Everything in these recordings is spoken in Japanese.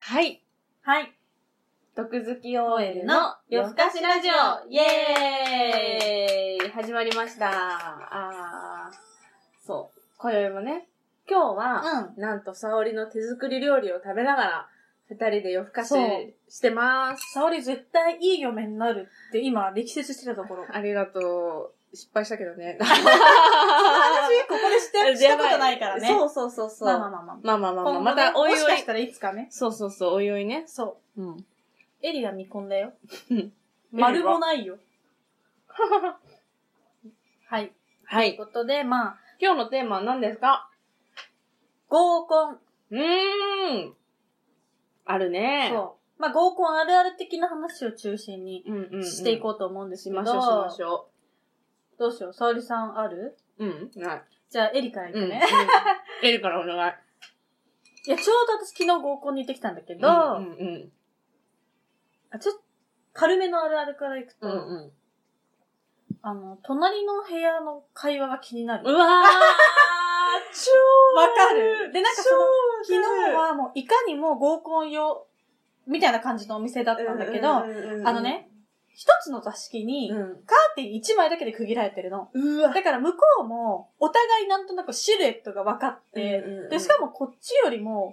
はい。毒好き OL のの、夜更かしラジオ、イエエーイーイ始まりました。あー、そう。今宵もね、今日は、うん。なんと沙織の手作り料理を食べながら、二人で夜更かしそうしてます。沙織絶対いい嫁になるって今、力説してたとこ ろ。ありがとう。失敗したけどね。 私、ここでし て、したことないからね。そうそうそうそう。まあまあまあまあ。まあまあまあまあ、今後まねたおいおもしかいし。たらいつかね。そうそうそう、おいおいね。そうん。う。エリが見込んだよ。うん丸もない よ。はい。はとい。いうことで、まあ、今日のテーマは何ですか合コン。うーん。あるね。そう。まあ、合コンあるある的な話を中心にうんうん、うん。していこうと思うんですしけど。ましょう、しましょどうしよう。沙織さんあるう。うん。ない。じゃあ、エリからう行くん。ね。エリからお願い。いや、ちょうど私昨日合コンに行ってきたんだけど、うんうん。あちょっと、軽めのあるあるから行くと、うんうん。あの、隣の部屋の会話が気になる。うわーわかるで、なんかその、昨超わかる日はもう、いかにも合コン用、みたいな感じのお店だったんだけど、あの、ね、一つの座敷に、うカーん。テン一枚だけで区切られてるの。うわだから向こうも、お互いなんとなくシルエットが分かって、で、しかもこっちよりも、も、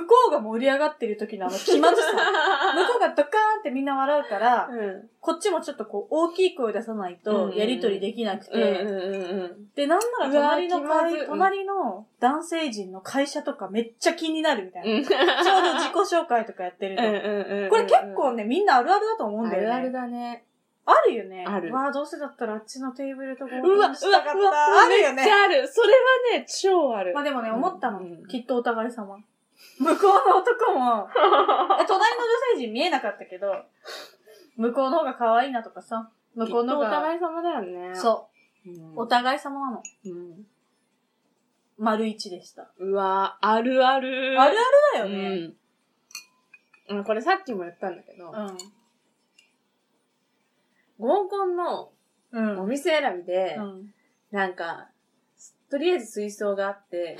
向こうが盛り上がってる時のあの気まずさ。 向こうがドカーンってみんな笑うから、うん。こっちもちょっとこう大きい声出さないうんとうんやりとりできなくて、うんうんうん。で、なんなら隣のうわー気まず会、い隣の男性陣の会社とかめっちゃ気になるみたいな。うんちょうど自己紹介とかやってるうんの。うんうん。これ結構ね、みんなあるあるだと思うんあだよね。るあるだね。あるよね。あるわあ、どうせだったらあっちのテーブルとかうわ、うわ、うわ、したかった。あるよめっちね。ゃある。それはね、超あるまあ。でもね、思ったの。うんきっとお互い様。向こうの男 も、あ隣の女性陣見えなかったけど、向こうの方が可愛いなとかさ、向こうの方きっとおが、互い様だよね。そうう、ん。お互い様なの。うん丸一でした。うわ、あるある。あるあるだようね。んうん。これさっきも言ったんだけど、合コンのうん。うん。お店選びでう、ん。なんか、とりあえず水槽があ って、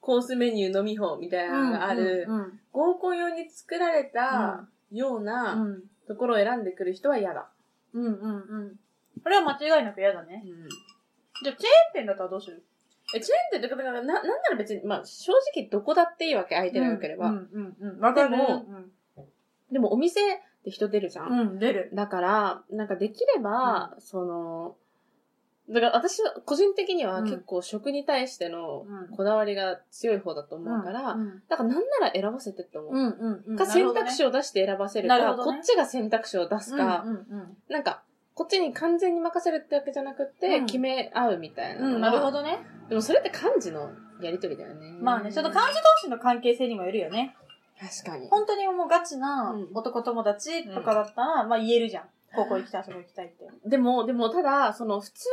コースメニュー飲み放みたいなのがあるう、ん。合コン用に作られたようう。なんところを選んでくる人は嫌だ。うん。うん。うん。これは間違いなく嫌だね。じゃあ、チェーン店だったらどうするえ、チェーン店ってだから、な、なんなら別に、まあ、正直どこだっていいわけ、相手が良ければ。うん。うん。うん。わかる。でもでもお店って人出るじゃん。うん、うん出る。だから、なんかできれば、その、だから私は個人的にはうん結構食に対してのうんこだわりが強い方だと思うから、うん。だからなんなら選ばせてって思う。うん。うんうん。か選択を肢を出して選ばせるなか、るほどこねっちが選択肢を出すか、うん。うんなんか、こっちに完全に任せるってわけじゃなくって、うん決め合うみたいなうのん。が、うん。なるほどね。でもそれって漢字のやりとりだよね。まあね、ちょっと確彼女同士の関係性にもよるよね。かに。本当にもうガチなうん男友達とかだったら、まあ言えるじゃん。ここ行きたい、そこ行きたいって。でも、でもただ、その普通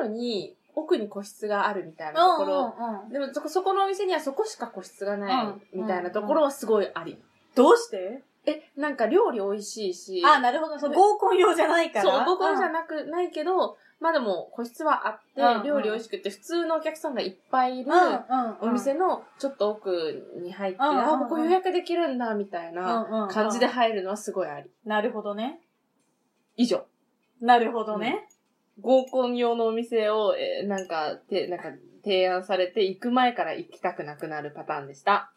のお店なのに、奥に個室があるみたいなところ、うんうんでもそこ、そこのお店にはそこしか個室がなういんみたいなところはすごいあり。どうしてえ、なんか料理美味しいし、あ、なるほど。そう合コン用じゃないから。そう、合コンじゃい。なく、ないけど、まあでも個室はあって、うん料理美味しくて、普通のお客さんがいっぱいいる、うんうんうん。お店のちょっと奥に入って、うんうんうんあ、ここ予約できるんだ、みたいなの感じで。入るのはすごいあり。なるほどね。以上。なるほどね。合コン用のお店を、えーなんか、て、なんか、提案されて、行く前から行きたくなくなるパターンでした。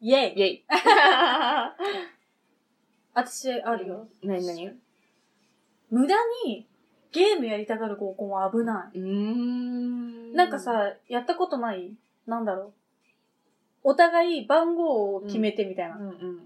イェイ。イェ イ。私、あるよ。何何う無駄にゲームやりたがる合コンは危なーんい。なんか、さ、やったことないなんだろう。お互い番号を決めてみたいうんな。うんうんうんうん。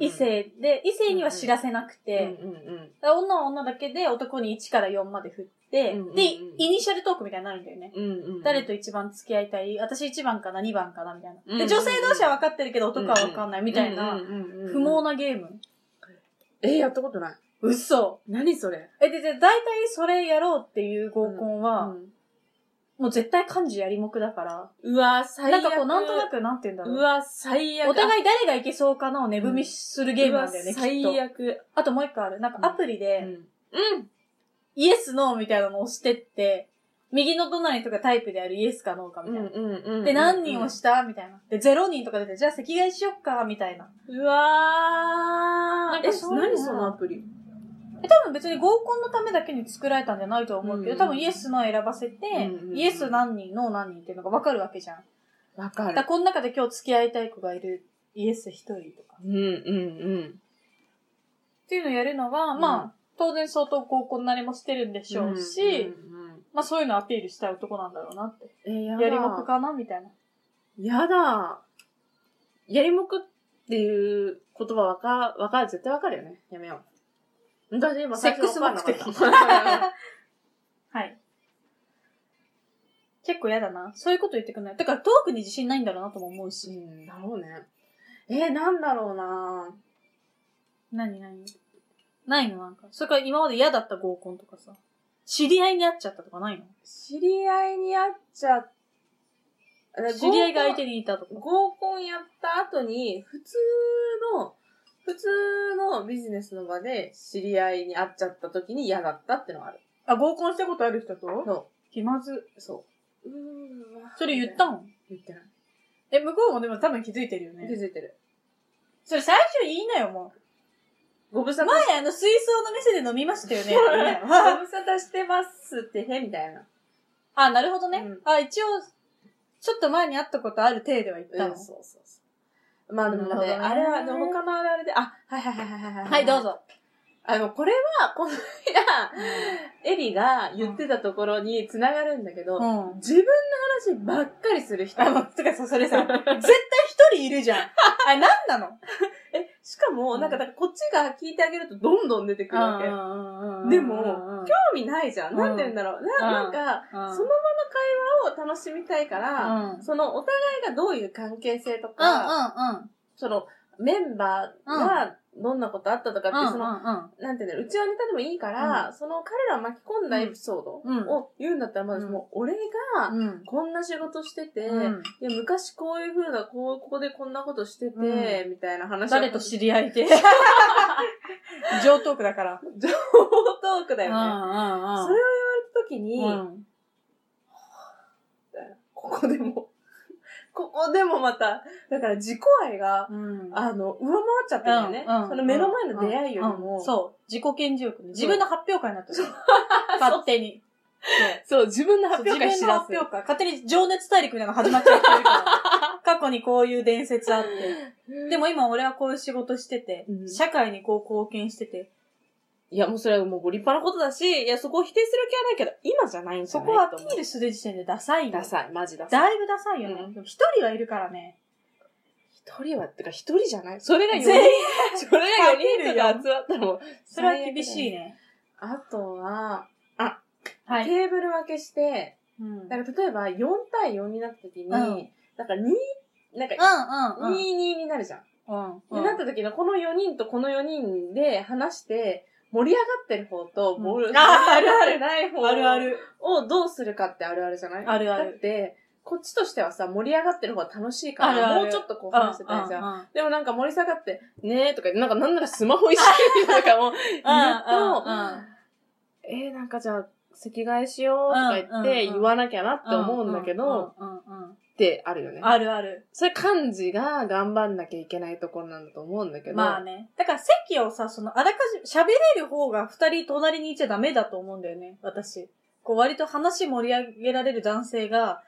異性で、異性には知らせなくて、で、うんうんだから女は女だけで男に1から4まで振って、うんうんうんで、イニシャルトークみたいになるんだよね。うん。うんうんうん、誰と一番付き合いたい私一番かな二番かなみたいな。うんうんうで、ん女性同士は分かってるけど男は分かんないみたいうんな、うんうんうん不毛。なゲーム。えーやったことない。嘘。何それえ、で、で、大体それやろうっていう合コンうは、んもう絶対漢字やりもくだから、うわ、最悪。なんかこう、なんとなく、なんて言うんだうろう。わ、最悪。お互い誰がいけそうかのを寝踏みするゲームなんだよね、うきわっ最と。悪。あともう一個ある。なんかアプリうで、ん。うんイエス、ノーみたいなのを押してって、右の隣とかタイプであるイエスかノーかみたいな。うんうで、何人をしたみたいな。で、0人とか出て、じゃあ席替えしよっかみたいな。うわー。ええ、そう何そのアプリえ、多分別に合コンのためだけに作られたんじゃないとは思うけど、うん多分イエスの選ばせて、うんうんイエス何人、ノー何人っていうのが分かるわけじゃん。わかだから。この中で今日付き合いたい子がいる、イエス一人とか。うんうんっていうのをやるのは、うんまあ、当然相当合コンなりもしてるんでしょうん。うし、うんうんまあそういうのアピールしたい男なんだろうなって。えー、やだ。やりもくかなみた いな。やだ。やりもくっていう言葉わか、わかる、絶対わかるよね。やめよう。私今最初わかんなかっセックたスはい。結構嫌だな。そういうこと言ってくんない。だからトークに自信ないんだろうなとも思う うし。ん、だろうね。えー、なんだろうな何何ないのなんか。それから今まで嫌だった合コンとかさ。知り合いに会っちゃったとかないの知り合いに会っちゃ、知り合いが相に手にいたとか。合コンやった後に、普通の、普通のビジネスの場で知り合いに会っちゃった時に嫌だったってのはある。あ、合コンしたことある人とそ気まず。う。そう。うーわそれ言ったの言ってない。え、向こうもでも多分気づいてるよ気ね。づいてる。それ最初言いなよ、もご無う。沙汰し前あの水槽の店で飲みましたよね。言いなよご無沙汰してますってへ、みたいな。あ、なるほどね。うんあ、一応、ちょっと前に会ったことある体では言ったの。そうそうそう。まあでもなるほどね、ねあれは、でも他のあれあれで、あ、はいはいはいはいはい。はい、どう。ぞ。あ、でもこれは、この、いや、エリが言ってたところに繋がるんだけど、うん。自分の話ばっかりする人あ、。もうとかさ、それさ、絶対一人いるじゃん。あれ、なんなの え、しかも、なんか、だからこっちが聞いてあげるとどんどん出てくるわけ。興わでも味ないじゃん。なんて言うんだろう。なうなんんか、そそのまま会話を楽しみたいから、うん。うんうんうん。その、お互いがどういう関係性とか、その、メンバーがどんなことあったとかって、その、なんていうんだろう、うちはネタでもいいから、その彼らを巻き込んだエピソードを言うんだったら、まず、うんもう、俺が、こんな仕事してて、うんいや昔こういう風な、こう、ここでこんなことしてて、うみたいな話を誰と知り合い で。上トークだから。トークだうんよね。うんうん。それを言われた時に、うんここでも、 ここでもまた、だから自己愛が、うんあの、上回っちゃってるよね。うんうんその目の前の出会いよりうんうも。んそう。自己顕示欲ね。自分の発表会になってる。 勝手に。そう、自分のそう自分知のら発表会。勝手に情熱大陸みたいなの始まっちゃってる から。過去にこういう伝説あって。でも今俺はこういう仕事しててう、ん社会にこう貢献してて、いや、もうそれはもうご立派なことだし、いや、そこを否定する気はないけど、今じゃないんじそゃないこはアとピ思うールする時点でダサいよ。ダサい、マジダサい。だいぶダサいよねう。んでも一人はいるからね。一人は、ってか一人じゃないそれが4人全員、 それが4人とアかピ集まったのも。それは厳しいね。あとは、は。テーブル分けして、うん。だから例えば4対4になった時に、うんだから2、なんかうんうんうん。 22になるじゃん。うん。でなった時のこの4人とこの4人で話して、盛り上がってる方と、うん盛り上あーがあっるあるてない方あるある。をどうするかってあるあるじゃないあるあだるって、こっちとしてはさ、盛り上がってる方が楽しいから、あるあるもうちょっとこう話してたいじゃん。うんうんうんでもなんか盛り下がって、ねーとか、なんかなんならスマホいじってると かも、えー、なんかじゃあ、席替えしようとか言っうんうんうてん言わなきゃなって思うんだけど、、うんうんうんってあるよね。あるある。それ漢字が頑張んなきゃいけないところなんだと思うんだけど。まあね。だから席をさ、その、あらかじめ喋れる方が二人隣にいちゃダメだと思うんだよね、私。こう割と話盛り上げられる男性が、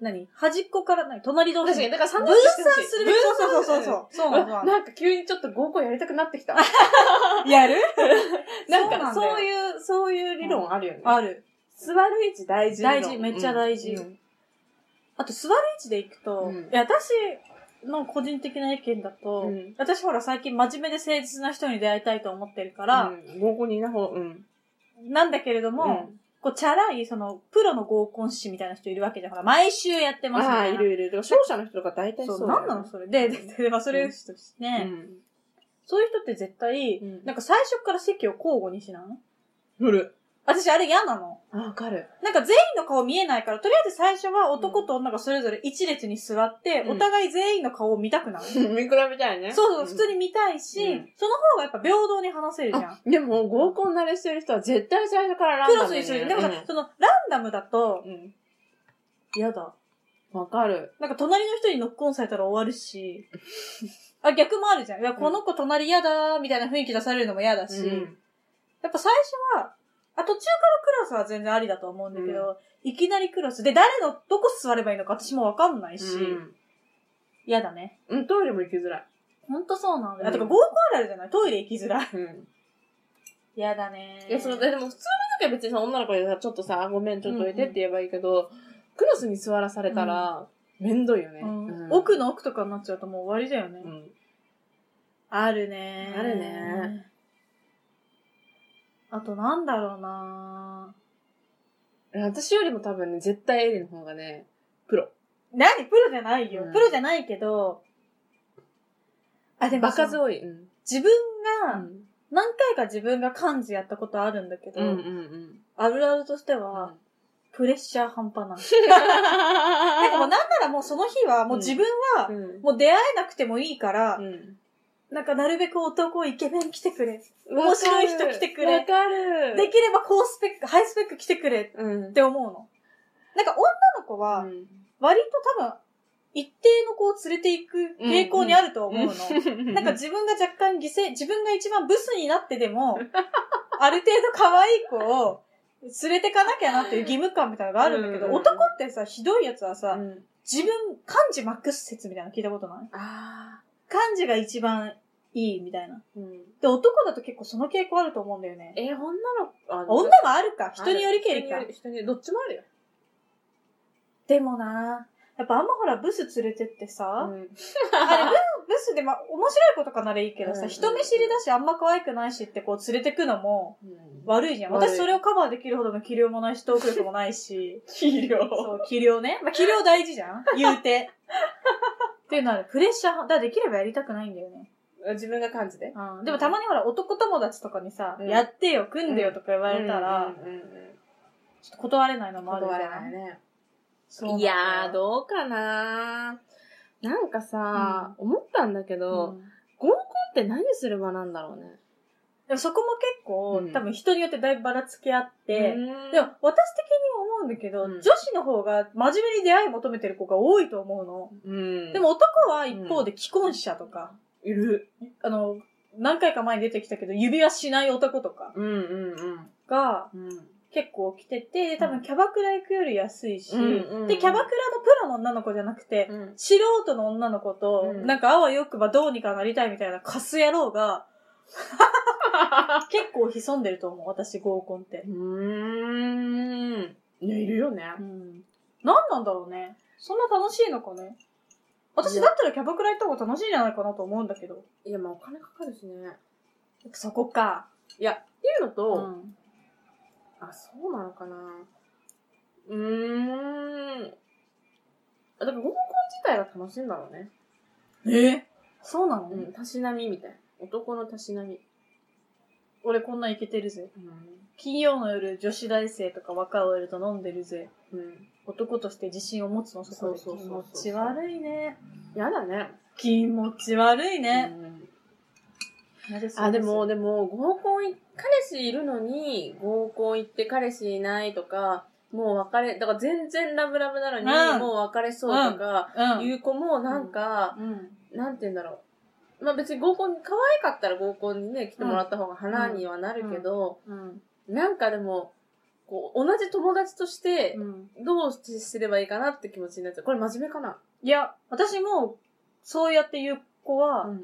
何端っこから、何隣同確か士にに、だから三分段式してほし散いするべき。そうそうそうそう。そうな分散うのんそうななんか急にちょっと合コンやりたくな ってきた。の。やるなんかそそうなんうだいう、そういう理論あるよね。ある。座る位置大事理論。大事めっちゃ大事うんあと、座る位置で行くと、うんいや、私の個人的な意見だと、うん私ほら最近真面目で誠実な人に出会いたいと思ってるかうら、ん合コンにいなほう、うん。なんだけれども、うんこう、チャラい、その、プロの合コン師みたいな人いるわけじゃん。ほら、毎週やってますみああ、たいいな。るいる。だから勝者の人とか大体そ、そううだよなね。んなのそれ。で、で、で、まあ、それをしとして、うん。そういう人って絶対、うんなんか最初から席を交互にしない振る。私あれ嫌なの。あわかる。 なんか全員の顔見えないから、とりあえず最初は男と女がそれぞれ一列に座って、うんお互い全員の顔を見たくなる。見比べたいね。そうそう、ん普通に見たいし、うんその方がやっぱ平等に話せるじゃん。でも、合コン慣れしてる人は絶対最初からラクンダロムスで一緒ね、に。でもさ、その、ランダムだと、うん。嫌だ。わかる。なんか隣の人にノックオンされたら終わる し、あ、逆もあるじゃん。いや、この子隣嫌だーみたいな雰囲気出されるのも嫌だし、やっぱ最初は、あ、途中からクロスは全然ありだと思うんだけど、いきなりクロス。で、誰の、どこ座ればいいのか私もわかんないし、うん嫌だね。うん。トイレも行きづらい。ほんとそうなんだよ。うあ、んとか合コンあるあるじゃないトイレ行きづらい。うん。嫌だねいや、その、ででも普通の時は別にさ、女の子でさ、ちょっとさ、あごめん、ちょっと置いてって言えばいいけど、クロスに座らされたら、めんどいよね。うんうん奥の奥とかになっちゃうともう終わりだよね。うん。あるねあるねあとなんだろうな私よりも多分ね、絶対エリの方がね、プロ。何プロじゃないよ、うんプロじゃないけど、あ、でもバそのカ多い。うん。自分が、何回か自分が漢字やったことあるんだけど、うんうんうん。あるあるとしてあは、プレッシャー半端ない。なんかもうなんならもうその日は、もう自分は、うん。もう出会えなくてもいいから、うんなんかなるべく男イケメン来てくれ。面白い人来てくれわかる。できれば高スペック、ハイスペック来てくれうんっ。て思うの。なんか女の子は、割と多分、一定の子を連れていく傾向にあると思うの。うんなんか、自分が若干犠牲、自分が一番ブスになってでも、 ある程度可愛い子を連れてかなきゃなっていう義務感みたいなのがあるんだけど、うんうんうん男ってさ、ひどいやつはさ、うん自分、漢字マックス説みたいなの聞いたことないあ漢字が一番いいみたいな。ーうんで、男だと結構その傾向あると思うんだよね。え、女の子、あ女もあるか。人によりけりか人によ。り人によりどっちもあるよ。でもなやっぱあんまほら、ブス連れてってさ、うんあれ、ブブスで、まあ、面白い子とかならいいけどうんうさ、ん人見知りだし、あんま可愛くないしって、こう、連れてくのも悪いじゃん。悪い。私、それをカバーできるほどの器量もないし、トーク力もないし肥料。そう、器量ね。まあ、器量大事 じゃん言うて。っていうのは、プレッシャー、だからできればやりたくないんだよね。自分が感じで。うん。でも、たまにほら、男友達とかにさ、うんやってよ、組んでよとか言われたら、うんうんうんうん、ちょっと断れないのもあるじゃ断ん。れないね。そうなんいだよやー、どうかななんかさ、思ったんだけうど、ん合コンって何する場なんだろうね。でもそこも結構、うん多分人によってだいぶばらつきあって、うんでも、私的に思うんだけど、うん女子の方が真面目に出会い求めてる子が多いと思うの。うん、でも男は一方で既婚者とか、いる。あの、何回か前に出てきたけど、指輪しない男とかうんうんがうん。結構来てて、多分キャバクラ行くより安いし、うんで、キャバクラのプロの女の子じゃなくて、うん。素人の女の子と、うんなんかあわよくばどうにかなりたいみたいなカス野 郎が、結構潜んでると思う、私合コンって。うん。いや、いるよね。うん。何なんだろうね。そんな楽しいのかね。い私やだったらキャバクラ行った方が楽しいんじゃないかなと思うんだけど。いや、まあお金かかるしね。そこか。いや、っていうのと、うん。あ、そうなのかな。うーん。あ、だから合コン自体が楽しいんだろうね。えそうなの、うん、たしなみみたいな。男のたしなみ。俺こんなんいけてるぜ。うん。金曜の夜、女子大生とか若い OL と飲んでるぜ。うん。男として自信を持つのそこで。そうそうそうそう気持ち悪いね。やだね。気持ち悪いね。うん嫌すあ、でも、、でも、合コンい、彼氏いるのに、合コン行って彼氏いないとか、もう別れ、だから全然ラブラブなのに、うんもう別れそうとか、うん。いう子もなんか、うん。なんて言うんだろう。まあ別に合コン、可愛かったら合コンにね、来てもらった方が花にはなるけど、うん。なんかでも、こう、同じ友達として、うん。どう接すればいいかなって気持ちになっちゃう。これ真面目かないや、私も、そうやって言う子は、う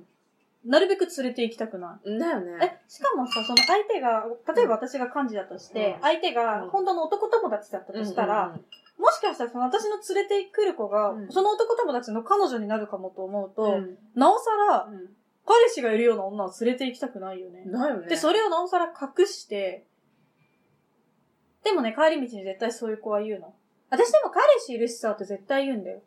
なるべく連れて行きたくない。ん。だよね。え、しかもさ、その相手が、例えば私が幹事だとして、うん相手うがん本当の男友達だったとしたら、うんもしかしたらその私の連れてくる子が、うんその男友達の彼女になるかもと思うと、うんうん、なおさら、うん彼氏がいるような女を連れて行きたくないよね。だよね。で、それをなおさら隠して、でもね、帰り道に絶対そういう子は言うの。私でも彼氏いるしさって絶対言うんだよ。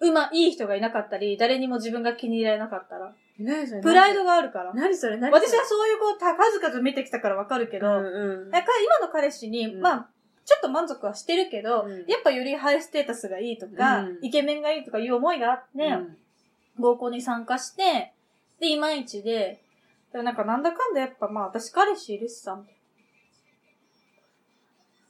うま、いい人がいなかったり、誰にも自分が気に入られなかったら。何それプライドがあるから。何それ何それ私はそういうこう、数々見てきたからわかるけど、うんうんだから今の彼氏に、うんまあ、ちょっと満足はしてるけど、うんやっぱよりハイステータスがいいとか、うんイケメンがいいとかいう思いがあっうて、ん合コンに参加して、で、いまいちで、でもなんかなんだかんだやっぱまあ私彼氏いるしさ、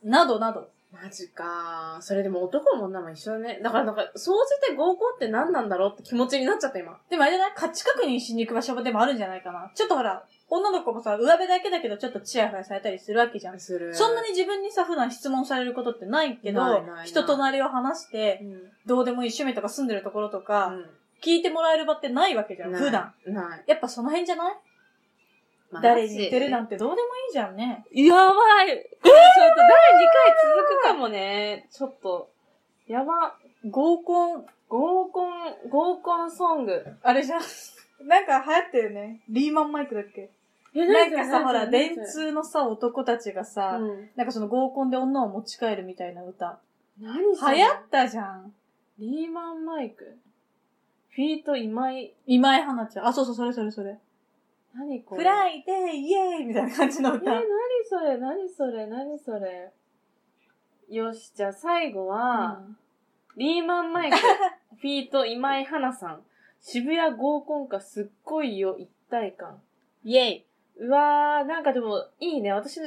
などなど。マジか。それでも男も女も一緒だね。だから、なんか、総じて合コンって何なんだろうって気持ちになっちゃった、今。でもあれじゃない価値確認しに行く場所でもあるんじゃないかな。ちょっとほら、女の子もさ、上辺だけだけどちょっとチヤホヤされたりするわけじゃん。するそんなに自分にさ、普段質問されることってないけど、ないないない人となりを話して、うん。どうでもいい趣味とか住んでるところとか、うん聞いてもらえる場ってないわけじゃん、ない普段。ない。やっぱその辺じゃないマジ誰に言ってるなんてどうでもいいじゃんね。やばい。これちょっと第2回続くかもね。ちょっと。やば。合コン、合コン、合コンソング。あれじゃん。 なんか流行ってるね。リーマンマイクだっけえなんかさ、ほら、電。通のさ、男たちがさ、うん。なんかその合コンで女を持ち帰るみたいな歌。何それ流行ったじゃん。リーマンマイク。フィート今井。今井花ちゃん。あ、そうそう、それそれそれ。何こフれイライデーイエーイみたいな感じのえー、歌。何それ何それ何それよし、じゃあ最後は、うんリーマンマイク、フィート今井花さん。渋谷合コンかすっごいよ、一体感。イエーイ。うわー、なんかでも、いいね。私、好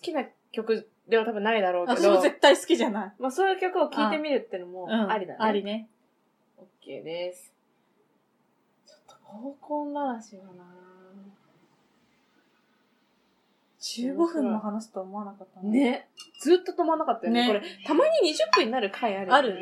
きな曲では多分ないだろうけ私もど、絶対好きじゃない。まあそういう曲を聴いてみるってのもありだね。ありね。オッケーです。ちょっと合コン話はな15分も話すとは思わなかったね。ずっと止まんなかったよね。ねこれ、たまに20分になる回あるよ、ある